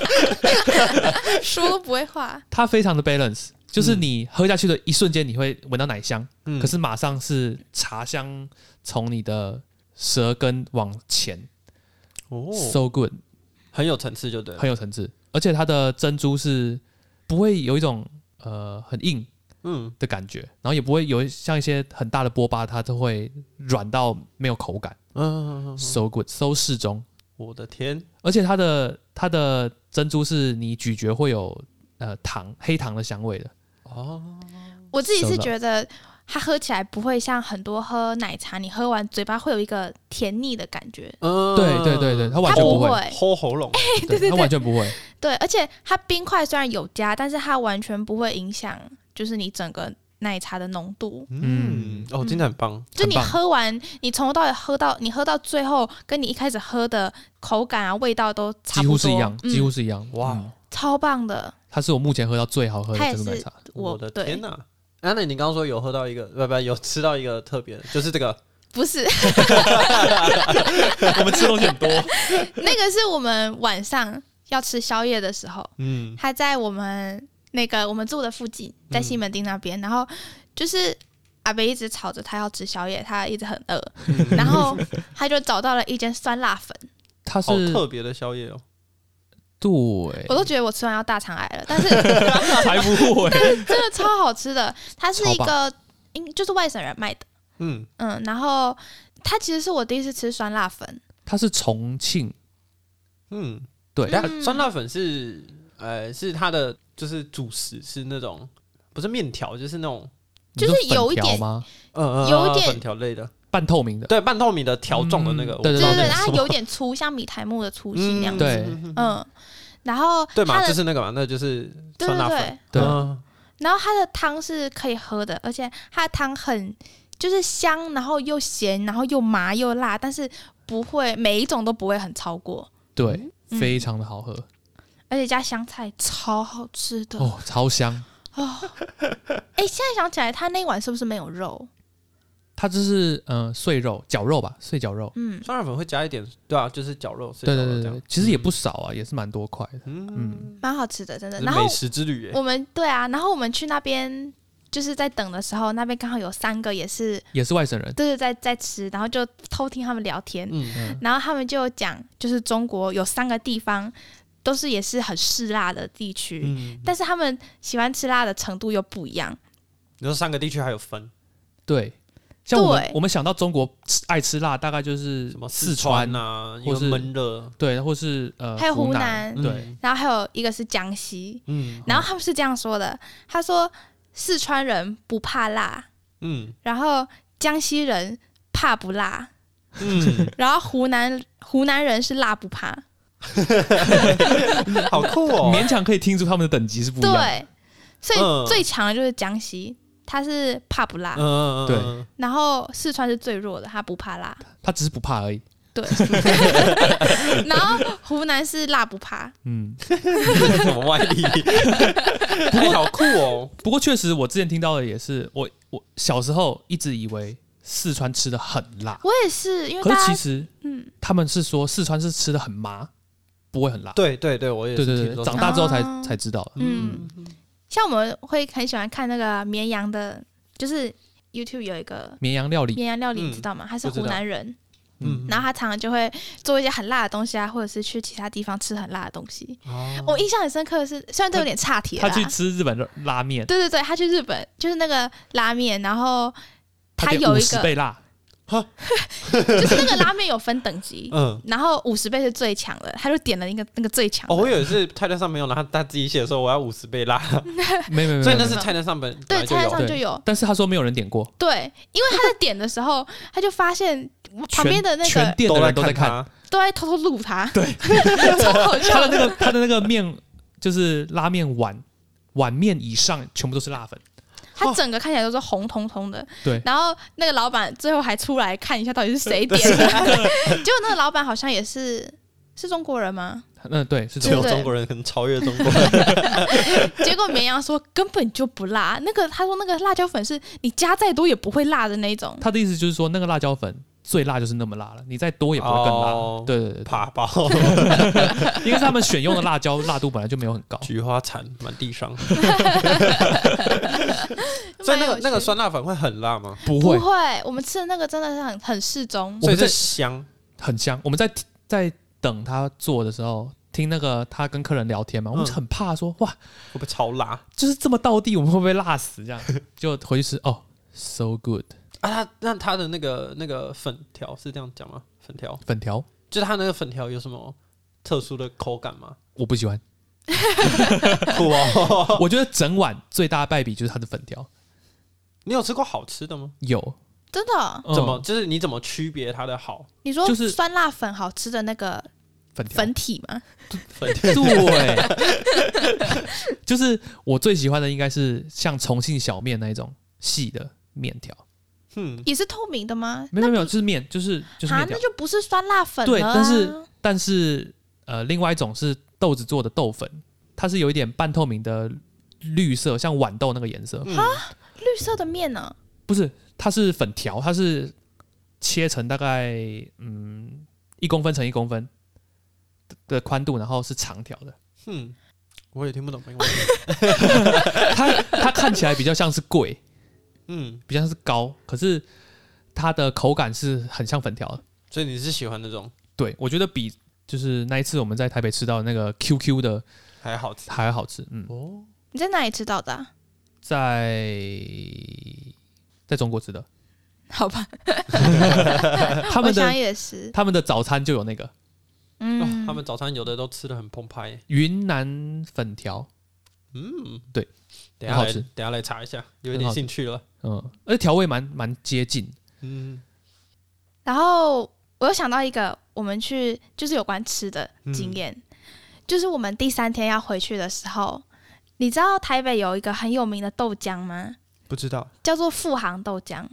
A: 书不会画。
C: 他非常的 balance，就是你喝下去的一瞬间，你会闻到奶香，
B: 嗯
C: 可是马上是茶香从你的舌根往前、
B: 哦
C: s o good，
B: 很有层次就对了。
C: 很有层次，而且它的珍珠是不会有一种呃很硬
B: 嗯，
C: 的感觉，然后也不会有像一些很大的波霸，它都会软到没有口感、
B: 嗯嗯嗯嗯
C: s o good，so 适中。
B: 我的天，
C: 而且它的它的珍珠是你咀嚼会有呃糖黑糖的香味的，
B: 哦，
A: 我自己
C: 收
A: 是
C: 到
A: 觉得它喝起来不会像很多喝奶茶，你喝完嘴巴会有一个甜腻的感觉，
B: 嗯
C: 对对对对，，它完
A: 它
C: 全
A: 不
C: 会，
A: 会。
B: 齁喉咙，
C: 对它完全不会。
A: 对，而且它冰块虽然有加，但是它完全不会影响，就是你整个奶茶的浓度。
B: 嗯
C: 嗯，
B: 哦，真的很棒，
A: 就你
C: 很棒
A: 喝完，你从头到尾喝到你喝到最后，跟你一开始喝的口感啊、味道都差
C: 几
A: 不多，
C: 乎是一样，几
A: 嗯、
C: 乎是一样。哇，
B: 嗯
A: 超棒的。
C: 它是我目前喝到最好喝的
A: 它也
C: 珍珠奶
A: 是
C: 茶。
A: 我
B: 的
A: 对
B: 天哪、安啊娜，你刚刚说有喝到一个，不不，有吃到一个特别的，就是这个
A: 不 是，
C: 我们吃东西很多，
A: 那个是我们晚上要吃宵夜的时候，
B: 嗯，
A: 他在我们那个我们住的附近，在西门町那边，
C: 嗯
A: 然后就是。阿北一直吵着他要吃宵夜，他一直很饿，
C: 嗯
A: 然后他就找到了一间酸辣 粉，
C: 它
B: 好
C: 是欸
B: 特别的宵夜哦。
C: 对
A: 我，都觉得我吃完要大肠癌了， 但是
C: 才不会。
A: 真的超好吃的，它是一
C: 超
A: 个应就是外省人卖的，
B: 嗯，
A: 嗯，然后它其实是我第一次吃酸辣粉，
C: 它是重庆，
B: 嗯，
C: 对，
B: 等
C: 它
B: 一下酸辣粉是呃是它的就是主食是那种不是面条，就是那种
C: 你说
A: 就是有一
C: 粉条
A: 点
C: 吗？
B: 嗯嗯嗯
A: 有
B: 嗯
A: 点
B: 粉条类的，
C: 半透明的，
B: 对，半透明的条状的那个，
C: 嗯
B: 我
C: 对
A: 对
B: 不知
A: 对
B: 道
A: 对，
B: 那
A: 它
B: 个是什么
A: 有点粗，像米苔木的粗细那样
B: 嗯
A: 子，
C: 对
A: 嗯，然后
B: 对
A: 它
B: 嘛，就
A: 的
B: 是那个嘛，那就是
A: 对对
B: 酸辣粉，
A: 对，
C: 对
B: 嗯
A: 然后它的汤是可以喝的，而且它的汤很就是香，然后又咸，然后又麻又辣，但是不会每一种都不会很超过，
C: 对，
A: 嗯
C: 非常的好喝
A: 而且加香菜超好吃的哦。
C: 哦，超香。
A: 哎、现在想起来，它那一碗是不是没有肉？
C: 它就是嗯碎肉绞肉吧，碎绞肉，
A: 嗯，
B: 酸辣粉会加一点，对啊，就是绞肉，碎
C: 对
B: 绞
C: 对
B: 肉
C: 对
B: 这
C: 对
B: 样
C: 对，，其实也不少啊，也是蛮多块的。
B: 嗯，
A: 蛮好吃的，真的。
B: 这是
A: 然后
B: 美食之旅耶，
A: 我们对啊，然后我们去那边就是在等的时候，那边刚好有三个也是
C: 也是外省人，
A: 就是在在吃，然后就偷听他们聊天，
B: 嗯，
C: 嗯，
A: 然后他们就讲，就是中国有三个地方都是也是很嗜辣的地区，
B: 嗯，
A: 但是他们喜欢吃辣的程度又不一样。
B: 你说三个地区还有分，
C: 对。像我们
A: 对
C: 我们想到中国吃爱吃辣，大概就是
B: 什么
C: 四
B: 川
C: 川，
B: 啊，
C: 或
B: 又
C: 是
B: 闷热，
C: 对，或是呃
A: 还有湖
C: 南，
A: 南
C: 对，
A: 然后还有一个是江西，
B: 嗯
A: 然后他们是这样说的：他说四川人不怕辣，
B: 嗯
A: 然后江西人怕不辣，
B: 嗯，
A: 然后湖南湖南人是辣不怕。
B: 好酷 哦，
C: 勉强可以听出他们的等级是不一样的。
A: 对，所以、
B: 嗯
A: 最强的就是江西，他是怕不辣，
B: 嗯嗯嗯，
C: 对
B: 嗯
A: 然后四川是最弱的，他不怕 辣。
C: 他只是不怕而已。
A: 对，然后湖南是辣不怕，
C: 嗯，
B: 什么外力？哎，好酷哦！
C: 不过确实，我之前听到的也是，我我小时候一直以为四川吃的很辣，
A: 我也是，因为
C: 可
A: 大
C: 是其
A: 家
C: 实
A: 嗯，
C: 他们是说四川是吃的很麻，不会很辣。
B: 对对对，我也
C: 对
B: 是
C: 对
B: 听
C: 对，
B: 说
C: 长大之后才
A: 啊
C: 才知道的。
A: 嗯，像我们会很喜欢看那个绵羊的，就是 YouTube 有一个
C: 绵羊料理，
A: 绵羊料理，
B: 嗯
A: 你知道吗？他是
B: 我知道
A: 湖南人，
B: 嗯
A: 然后他常常就会做一些很辣的东西啊，或者是去其他地方吃很辣的东西。
B: 哦。
A: 我印象很深刻的是，虽然都有点差题啦
C: 嗯他，去吃日本的拉面，
A: 对对对，他去日本就是那个拉面，然后他
C: 点
A: 有一
C: 50
A: 个
C: 倍 辣，
A: 就是那个拉面有分等级
B: 嗯，
A: 然后五十倍是最强的，他就点了一个那个最强的。
B: 哦，我有一次菜单上没有，然后他自己写说我要五十倍辣，
C: 没没 没，
B: 所以那
C: 没
B: 是菜单上本本
A: 对，
B: 来就
A: 菜单
B: 有
A: 上就有。
C: 但是他说没有人点过，
A: 对，因为他在点的时候， 他就发现旁边的那
C: 全
A: 个
C: 全店的人
B: 都啊
C: 都在看，
B: 他，
A: 都在偷偷录他，对， 超好
C: 他
A: 笑
C: 的
A: 的。
C: 那个 他的那个面就是拉面碗碗面以上全部都是辣粉，哦
A: 他整个看起来都是红彤彤的，
C: 对
A: 然后那个老板最后还出来看一下到底是 谁点的， 结果那个老板好像也是是中国人吗？
C: 嗯对是
B: 只
C: 这种
B: 有中国人能超越中国 人，
A: 结果绵羊说根本就不辣，那个他说那个辣椒粉是你加再多也不会辣的那种。
C: 他的意思就是说，那个辣椒粉最辣就是那么辣了，你再多也不会更辣。
B: 哦
C: 对对对对，
B: 爬包
C: 因为他们选用的辣椒辣度本来就没有很高。
B: 菊花残满地 伤，
A: 蛮
B: 所以那
A: 有
B: 个
A: 趣
B: 那个酸辣粉会很辣吗？
C: 不
A: 不
C: 会，
A: 会，我们吃的那个真的是很很适中。
C: 我
B: 所以
C: 们在
B: 是香，
C: 很香。我们在在等他做的时候，听那个他跟客人聊天嘛，我们
B: 嗯
C: 很怕说哇，
B: 会不会超辣？
C: 就是这么到地，我们会不会辣死？这样 就回去吃哦，so good
B: 啊，他那他的那个那个粉条是这样讲吗？粉条
C: 粉条，
B: 就是它那个粉条有什么特殊的口感吗？
C: 我不喜欢。
B: 酷哦！
C: 我觉得整碗最大的败笔就是它的粉条，
B: 你有吃过好吃的吗？
C: 有
A: 真的哦、
B: 怎么
C: 嗯
B: 就是你怎么区别它的好？
A: 你说
C: 就是
A: 酸辣粉好吃的那个
C: 粉条？
A: 粉体吗？
B: 粉 条
C: 对， 就是我最喜欢的应该是像重庆小面那一种细的面条，
B: 嗯，
A: 也是透明的吗？
C: 没有没有，就是面，就是就是
A: 啊
C: 面，条
A: 那。就不是酸辣粉
C: 对
A: 了啊
C: 但是但是呃，另外一种是豆子做的豆粉，它是有一点半透明的绿色，像豌豆那个颜色，
B: 嗯
A: 绿色的面呢、
C: 不是，它是粉条，它是切成大概嗯一公分乘一公分的的宽度，然后是长条的。
B: 嗯，我也听不懂，没关系。
C: 它它看起来比较像是贵，
B: 嗯，
C: 比较像是糕，可是它的口感是很像粉条的。
B: 所以你是喜欢那种
C: 对我觉得比就是那一次我们在台北吃到的那个 QQ 的
B: 还好吃
C: 还好吃，嗯，
B: 哦？
A: 你在哪里吃到的 啊、
C: 在在中国吃的，
A: 好 吧，
C: 他
A: 我
C: 们
A: 想
C: 的
A: 也是。
C: 他们的早餐就有那个
A: 嗯，
B: 哦他们早餐有的都吃的很澎湃。
C: 云南粉条，
B: 嗯，
C: 对，
B: 等一下
C: 很好
B: 来
C: 吃
B: 等一下来查一下，有一
C: 很
B: 点
C: 好吃
B: 兴趣了。
C: 嗯，而且调味蛮蛮接近，
B: 嗯，
A: 然后我又想到一个，我们去就是有关吃的经验，
C: 嗯
A: 就是我们第三天要回去的时候，你知道台北有一个很有名的豆浆吗？
B: 不知道
A: 叫做富航豆浆，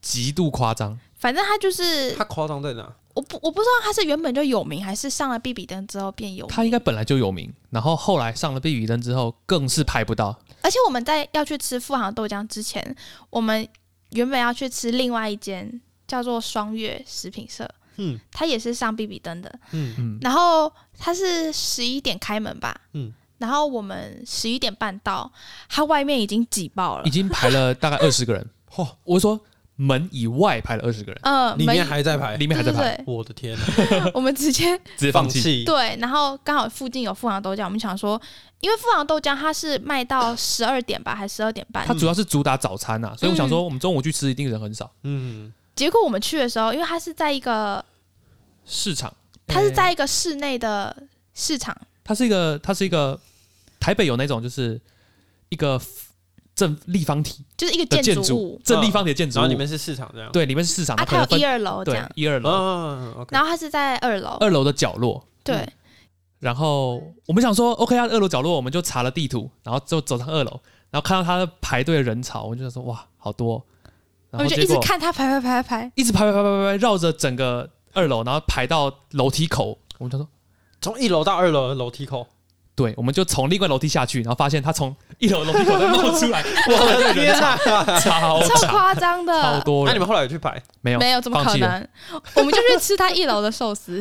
C: 极度夸张，
A: 反正它就是
B: 它夸张在哪？
A: 我不我不知道它是原本就有名，还是上了必比登之后变有名。
C: 它应该本来就有名，然后后来上了必比登之后更是排不到，
A: 而且我们在要去吃富航豆浆之前，我们原本要去吃另外一间叫做双月食品社，
B: 嗯
A: 它也是上必比登的。
B: 嗯
C: 嗯，
A: 然后它是十一点开门吧，
B: 嗯
A: 然后我们十一点半到，它外面已经挤爆了
C: 已，经排了大概二十个人，
B: 嚯，
C: 我是说门以外排了二十个人，
A: 嗯，
B: 里
A: 门
B: 面还在排，
C: 里面还在排，
A: 对对
B: 我的天啊，
A: 对， 我们直 接
C: 直接
B: 放
C: 放弃。
B: 弃。
A: 对，然后刚好附近有富航豆浆，我们想说，因为富航豆浆它是卖到十二点吧，还十二点半
C: 它，主要是主打早餐呐、啊所以我想说，我们中午去吃一定人很少。
B: 嗯，
A: 结果我们去的时候，因为它是在一个
C: 市场，
A: 它是在一个室内的市场，
C: 它是一个，它是一个台北有那种就是一个正立方体
A: 就是一个
C: 的
A: 建
C: 建
A: 筑
C: 筑
A: 物，嗯
C: 正立方体的建筑
B: 然
C: 物，
B: 后你们是市场这样。
C: 对里面是市场，
A: 啊，它
C: 可能
A: 有
C: 分
A: 一二楼这
C: 对
A: 样，
C: 一二楼，
B: 嗯，OK，
A: 然后它是在二楼，
C: 二楼的嗯角落。
A: 对，
C: 然后我们想说，OK 啊，二楼角落，我们就查了地图，然后就走上二楼，然后看到他的排队的人潮，我就想说，哇，好多哦。
A: 我
C: 然
A: 们
C: 后
A: 就
C: 结
A: 一直
C: 果
A: 看它排排排排 排，
C: 一直排排排排排，绕着整个二楼，然后排到楼梯口，我们就说。
B: 从一楼到二楼的楼梯 口，
C: 对，我们就从另外楼梯下去，然后发现他从一楼楼梯口再冒出来，
B: 我的天啊！
C: 超
A: 超
C: 长，
A: 夸张的，
C: 超多
B: 那
C: 人。
B: 你们后来有去排？
C: 没有
A: 没有，怎么
C: 放
A: 可
C: 弃了
A: 能？我们就去吃他一楼的寿司，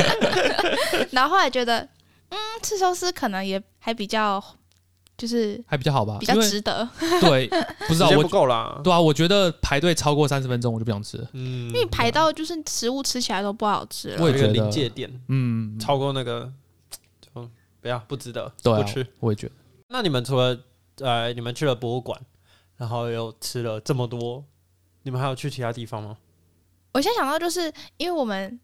A: 然后后来觉得，嗯，吃寿司可能也还比较，就是
C: 还比较好吧？
A: 比较
C: 因为嗯
A: 值得，
C: 对，不知道
B: 时间
C: 我
B: 不够啦。
C: 对啊，我觉得排队超过三十分钟我就不想吃了。
B: 嗯，
A: 因为排到就是食物吃起来都不好吃了。
C: 我
B: 有
C: 也
B: 一
C: 觉
B: 个
C: 得
B: 临界点，
C: 嗯，
B: 超过那个就不要不值得，
C: 对啊
B: 不吃。
C: 我也觉得。
B: 那你们除了呃，你们去了博物馆，然后又吃了这么多，你们还有去其他地方吗？
A: 我现在想到就是因为我们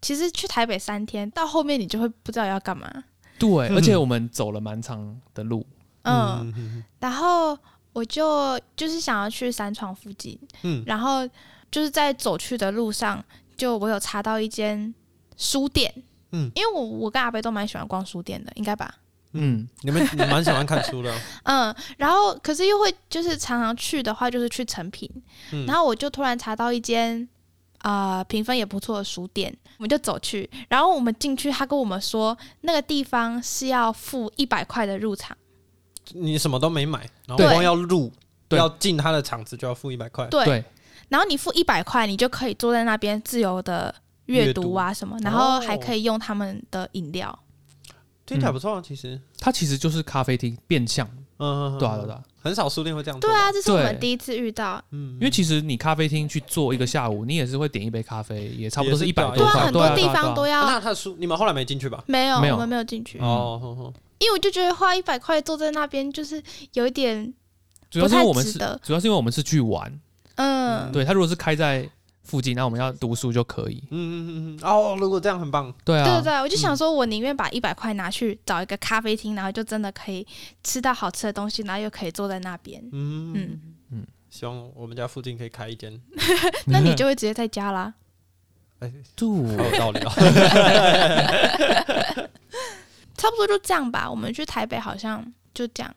A: 其实去台北三天，到后面你就会不知道要干嘛，
C: 对，
B: 嗯
C: 而且我们走了蛮长的路，
A: 嗯，
B: 嗯
A: 然后我就就是想要去三创附近，
B: 嗯
A: 然后就是在走去的路上，就我有查到一间书店，
B: 嗯
A: 因为我我跟阿贝都蛮喜欢逛书店的，应该吧，
C: 嗯，
B: 你们你蛮喜欢看 书的哦，
A: 嗯，然后可是又会就是常常去的话，就是去成品，
B: 嗯
A: 然后我就突然查到一间。啊、评分也不错的书店，我们就走去，然后我们进去，他跟我们说那个地方是要付一百块的入场，
B: 你什么都没买，然后
A: 对
B: 光要入，
C: 对
B: 要进他的场子就要付一百块。
A: 对，
C: 对，
A: 然后你付一百块，你就可以坐在那边自由的阅读啊什么，然后还可以用他们的饮
C: 哦
A: 料。
B: 听
C: 嗯
B: 起来不错啊，其实，
C: 它其实就是咖啡厅变相，
B: 嗯，
C: 对啊对啊对，啊，
B: 很少书店会这样做
A: 对
B: 吧。
A: 啊，这是我们
C: 对
A: 第一次遇到，
B: 嗯，
C: 因为其实你咖啡厅去坐一个下午，你也是会点一杯咖啡，也差不多
B: 也
C: 是
B: 是
C: 一百
B: 对
C: 多
B: 啊
C: 块，
A: 很多
C: 啊
A: 地
C: 对啊对啊
A: 方都要
B: 那他的书你们后来没进去吧？
A: 没有，
C: 没有
A: 我们没有进去，
C: 嗯
B: 哦，哼哼
A: 因为我就觉得花一百块坐在那边就是有一点
C: 主要是因为我
A: 不太
C: 们
A: 值
C: 是
A: 得
C: 主要是因为我们是去玩，
A: 嗯
C: 对他如果是开在附近，那我们要读书就可以。
B: 嗯嗯嗯嗯，哦，如果这样很棒，
C: 对
A: 对
C: 啊，
A: 对对，我就想说，我宁愿把一百块拿去找一个咖啡厅，然后就真的可以吃到好吃的东西，然后又可以坐在那边。
B: 嗯嗯
A: 嗯，
B: 嗯，希望我们家附近可以开一间，
A: 那
C: 嗯
A: 你就会直接在家啦。
C: 住
B: 好有道
C: 啊
B: 理哦。
A: 差不多就这样吧。我们去台北好像就这样。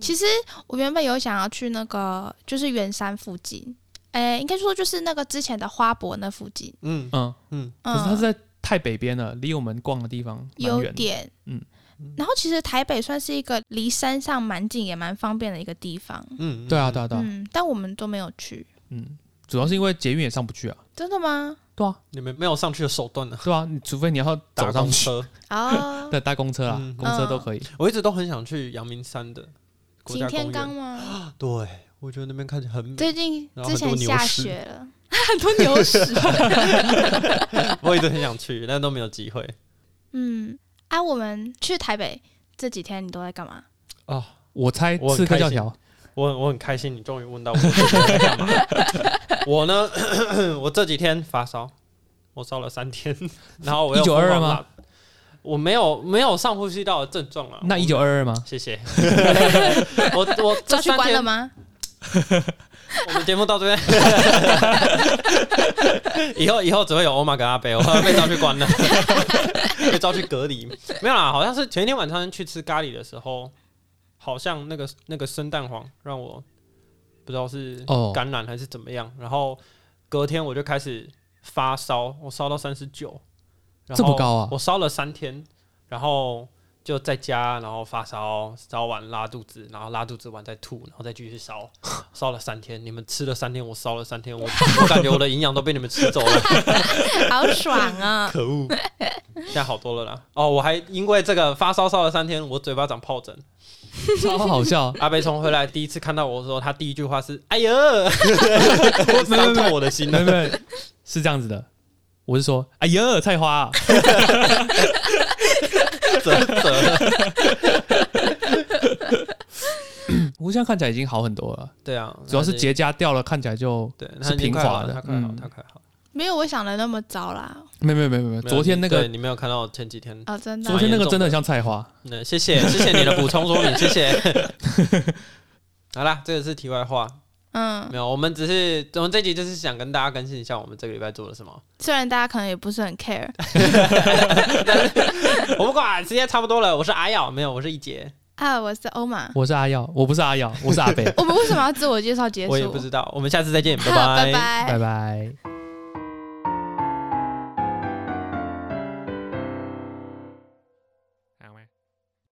A: 其实我原本有想要去那个，就是圆山附近，诶、应该说就是那个之前的花博那附近。
B: 嗯
C: 嗯，
B: 嗯，
C: 可是它是
A: 嗯，
C: 在太北边了，离我们逛的地方蛮
A: 有
C: 远的。
A: 点。
C: 嗯
A: 然后其实台北算是一个离山上蛮近也蛮方便的一个地方。
B: 嗯，
C: 对啊，对啊，对啊，
A: 嗯，但我们都没有去。
C: 嗯，主要是因为捷运也上不去啊。
B: 嗯
A: 真的吗？
C: 对啊，
B: 你们没有上去的手段呢？
C: 对啊，你除非你要
B: 打上
C: 早上去，
B: 车，
A: 哦，
C: 对，搭公车啦
B: 嗯，
C: 公车都可以。
B: 我一直都很想去阳明山的国
A: 擎
B: 家
A: 天
B: 公
A: 岗
B: 园。
A: 吗？
B: 对，我觉得那边看起来很美。
A: 最近
B: 然后
A: 之
B: 很多
A: 前
B: 牛
A: 下
B: 屎
A: 雪了， 很多牛 屎。
B: 我一直很想去，但都没有机会
A: 嗯，啊，我们去台北这几天你都在干嘛？
B: 啊。
C: 我猜
B: 我很
C: 刺客
B: 开
C: 教
B: 心
C: 条，
B: 我很我很开心，你终于问到我在干嘛。 我呢，我这几天发烧，我烧了三天，然后我又
C: 1922
B: 疯狂
C: 吗
B: 拉？我没有没有上呼吸道的症状啊。
C: 那
B: 我
C: 一九二二吗？
B: 谢 谢。我我这
A: 抓去
B: 三
A: 关了
B: 天，
A: 吗？
B: 我们节目到这边。以后以后只会有欧玛跟阿贝，我要被抓去关了， 被抓去隔离。没有啦，好像是前一天晚上去吃咖喱的时候，好像那个那个生蛋黄让我不知道是
C: 哦
B: 感染还是怎么样，然后隔天我就开始发烧，我烧到三十九，
C: 这么高啊
B: 我烧了三天，然后就在家，然后发烧，烧完拉肚子，然后拉肚子完再吐，然后再继续 烧，烧了三天。你们吃了三天，我烧了三天，我我感觉我的营养都被你们吃走 了，
A: 好爽啊！
B: 可恶！现在好多了啦。哦，我还因为这个发烧烧了三天，我嘴巴长疱疹。
C: 超好
B: ！
C: 笑
B: 阿北冲回来第一次看到我的时候，他第一句话是：“哎呀， 伤透我的心
C: 没
B: 了。
C: 有没有，是这样子的，我是说，哎呀，菜花 啊、
B: 啧啧
C: 我现在看起来已经好很多了，
B: 对啊，
C: 主要是
B: 那
C: 结痂掉了，看起来就
B: 对，他
C: 是
B: 已经
C: 平
B: 快好
C: 滑
B: 了
C: 的
B: 他。快好，
C: 嗯
B: 他快好。
A: 没有我想的那么糟啦。
C: 没有没有没有没有，
B: 没有
C: 昨天那
B: 对
C: 个
B: 你没有看到前几天，
A: 哦，真的
C: 昨
A: 啊。
C: 天那个真的很像菜花，
B: 那谢谢谢谢你的补充说明，谢 谢。好啦，这个是题外话，
A: 嗯，
B: 没有，我们只是我们这集就是想跟大家更新一下我们这个礼拜做了什么。
A: 虽然大家可能也不是很 care，
B: 我不管，时间差不多了，我是阿耀，没有，我是一杰，
A: 啊，我是欧玛。
C: 我是阿耀，我不 是阿耀，我是阿北，
A: 我们为什么要自我介绍结束？
B: 我也不知道，我们下次再见，
A: 好，
B: 拜
A: 拜。
C: 拜拜。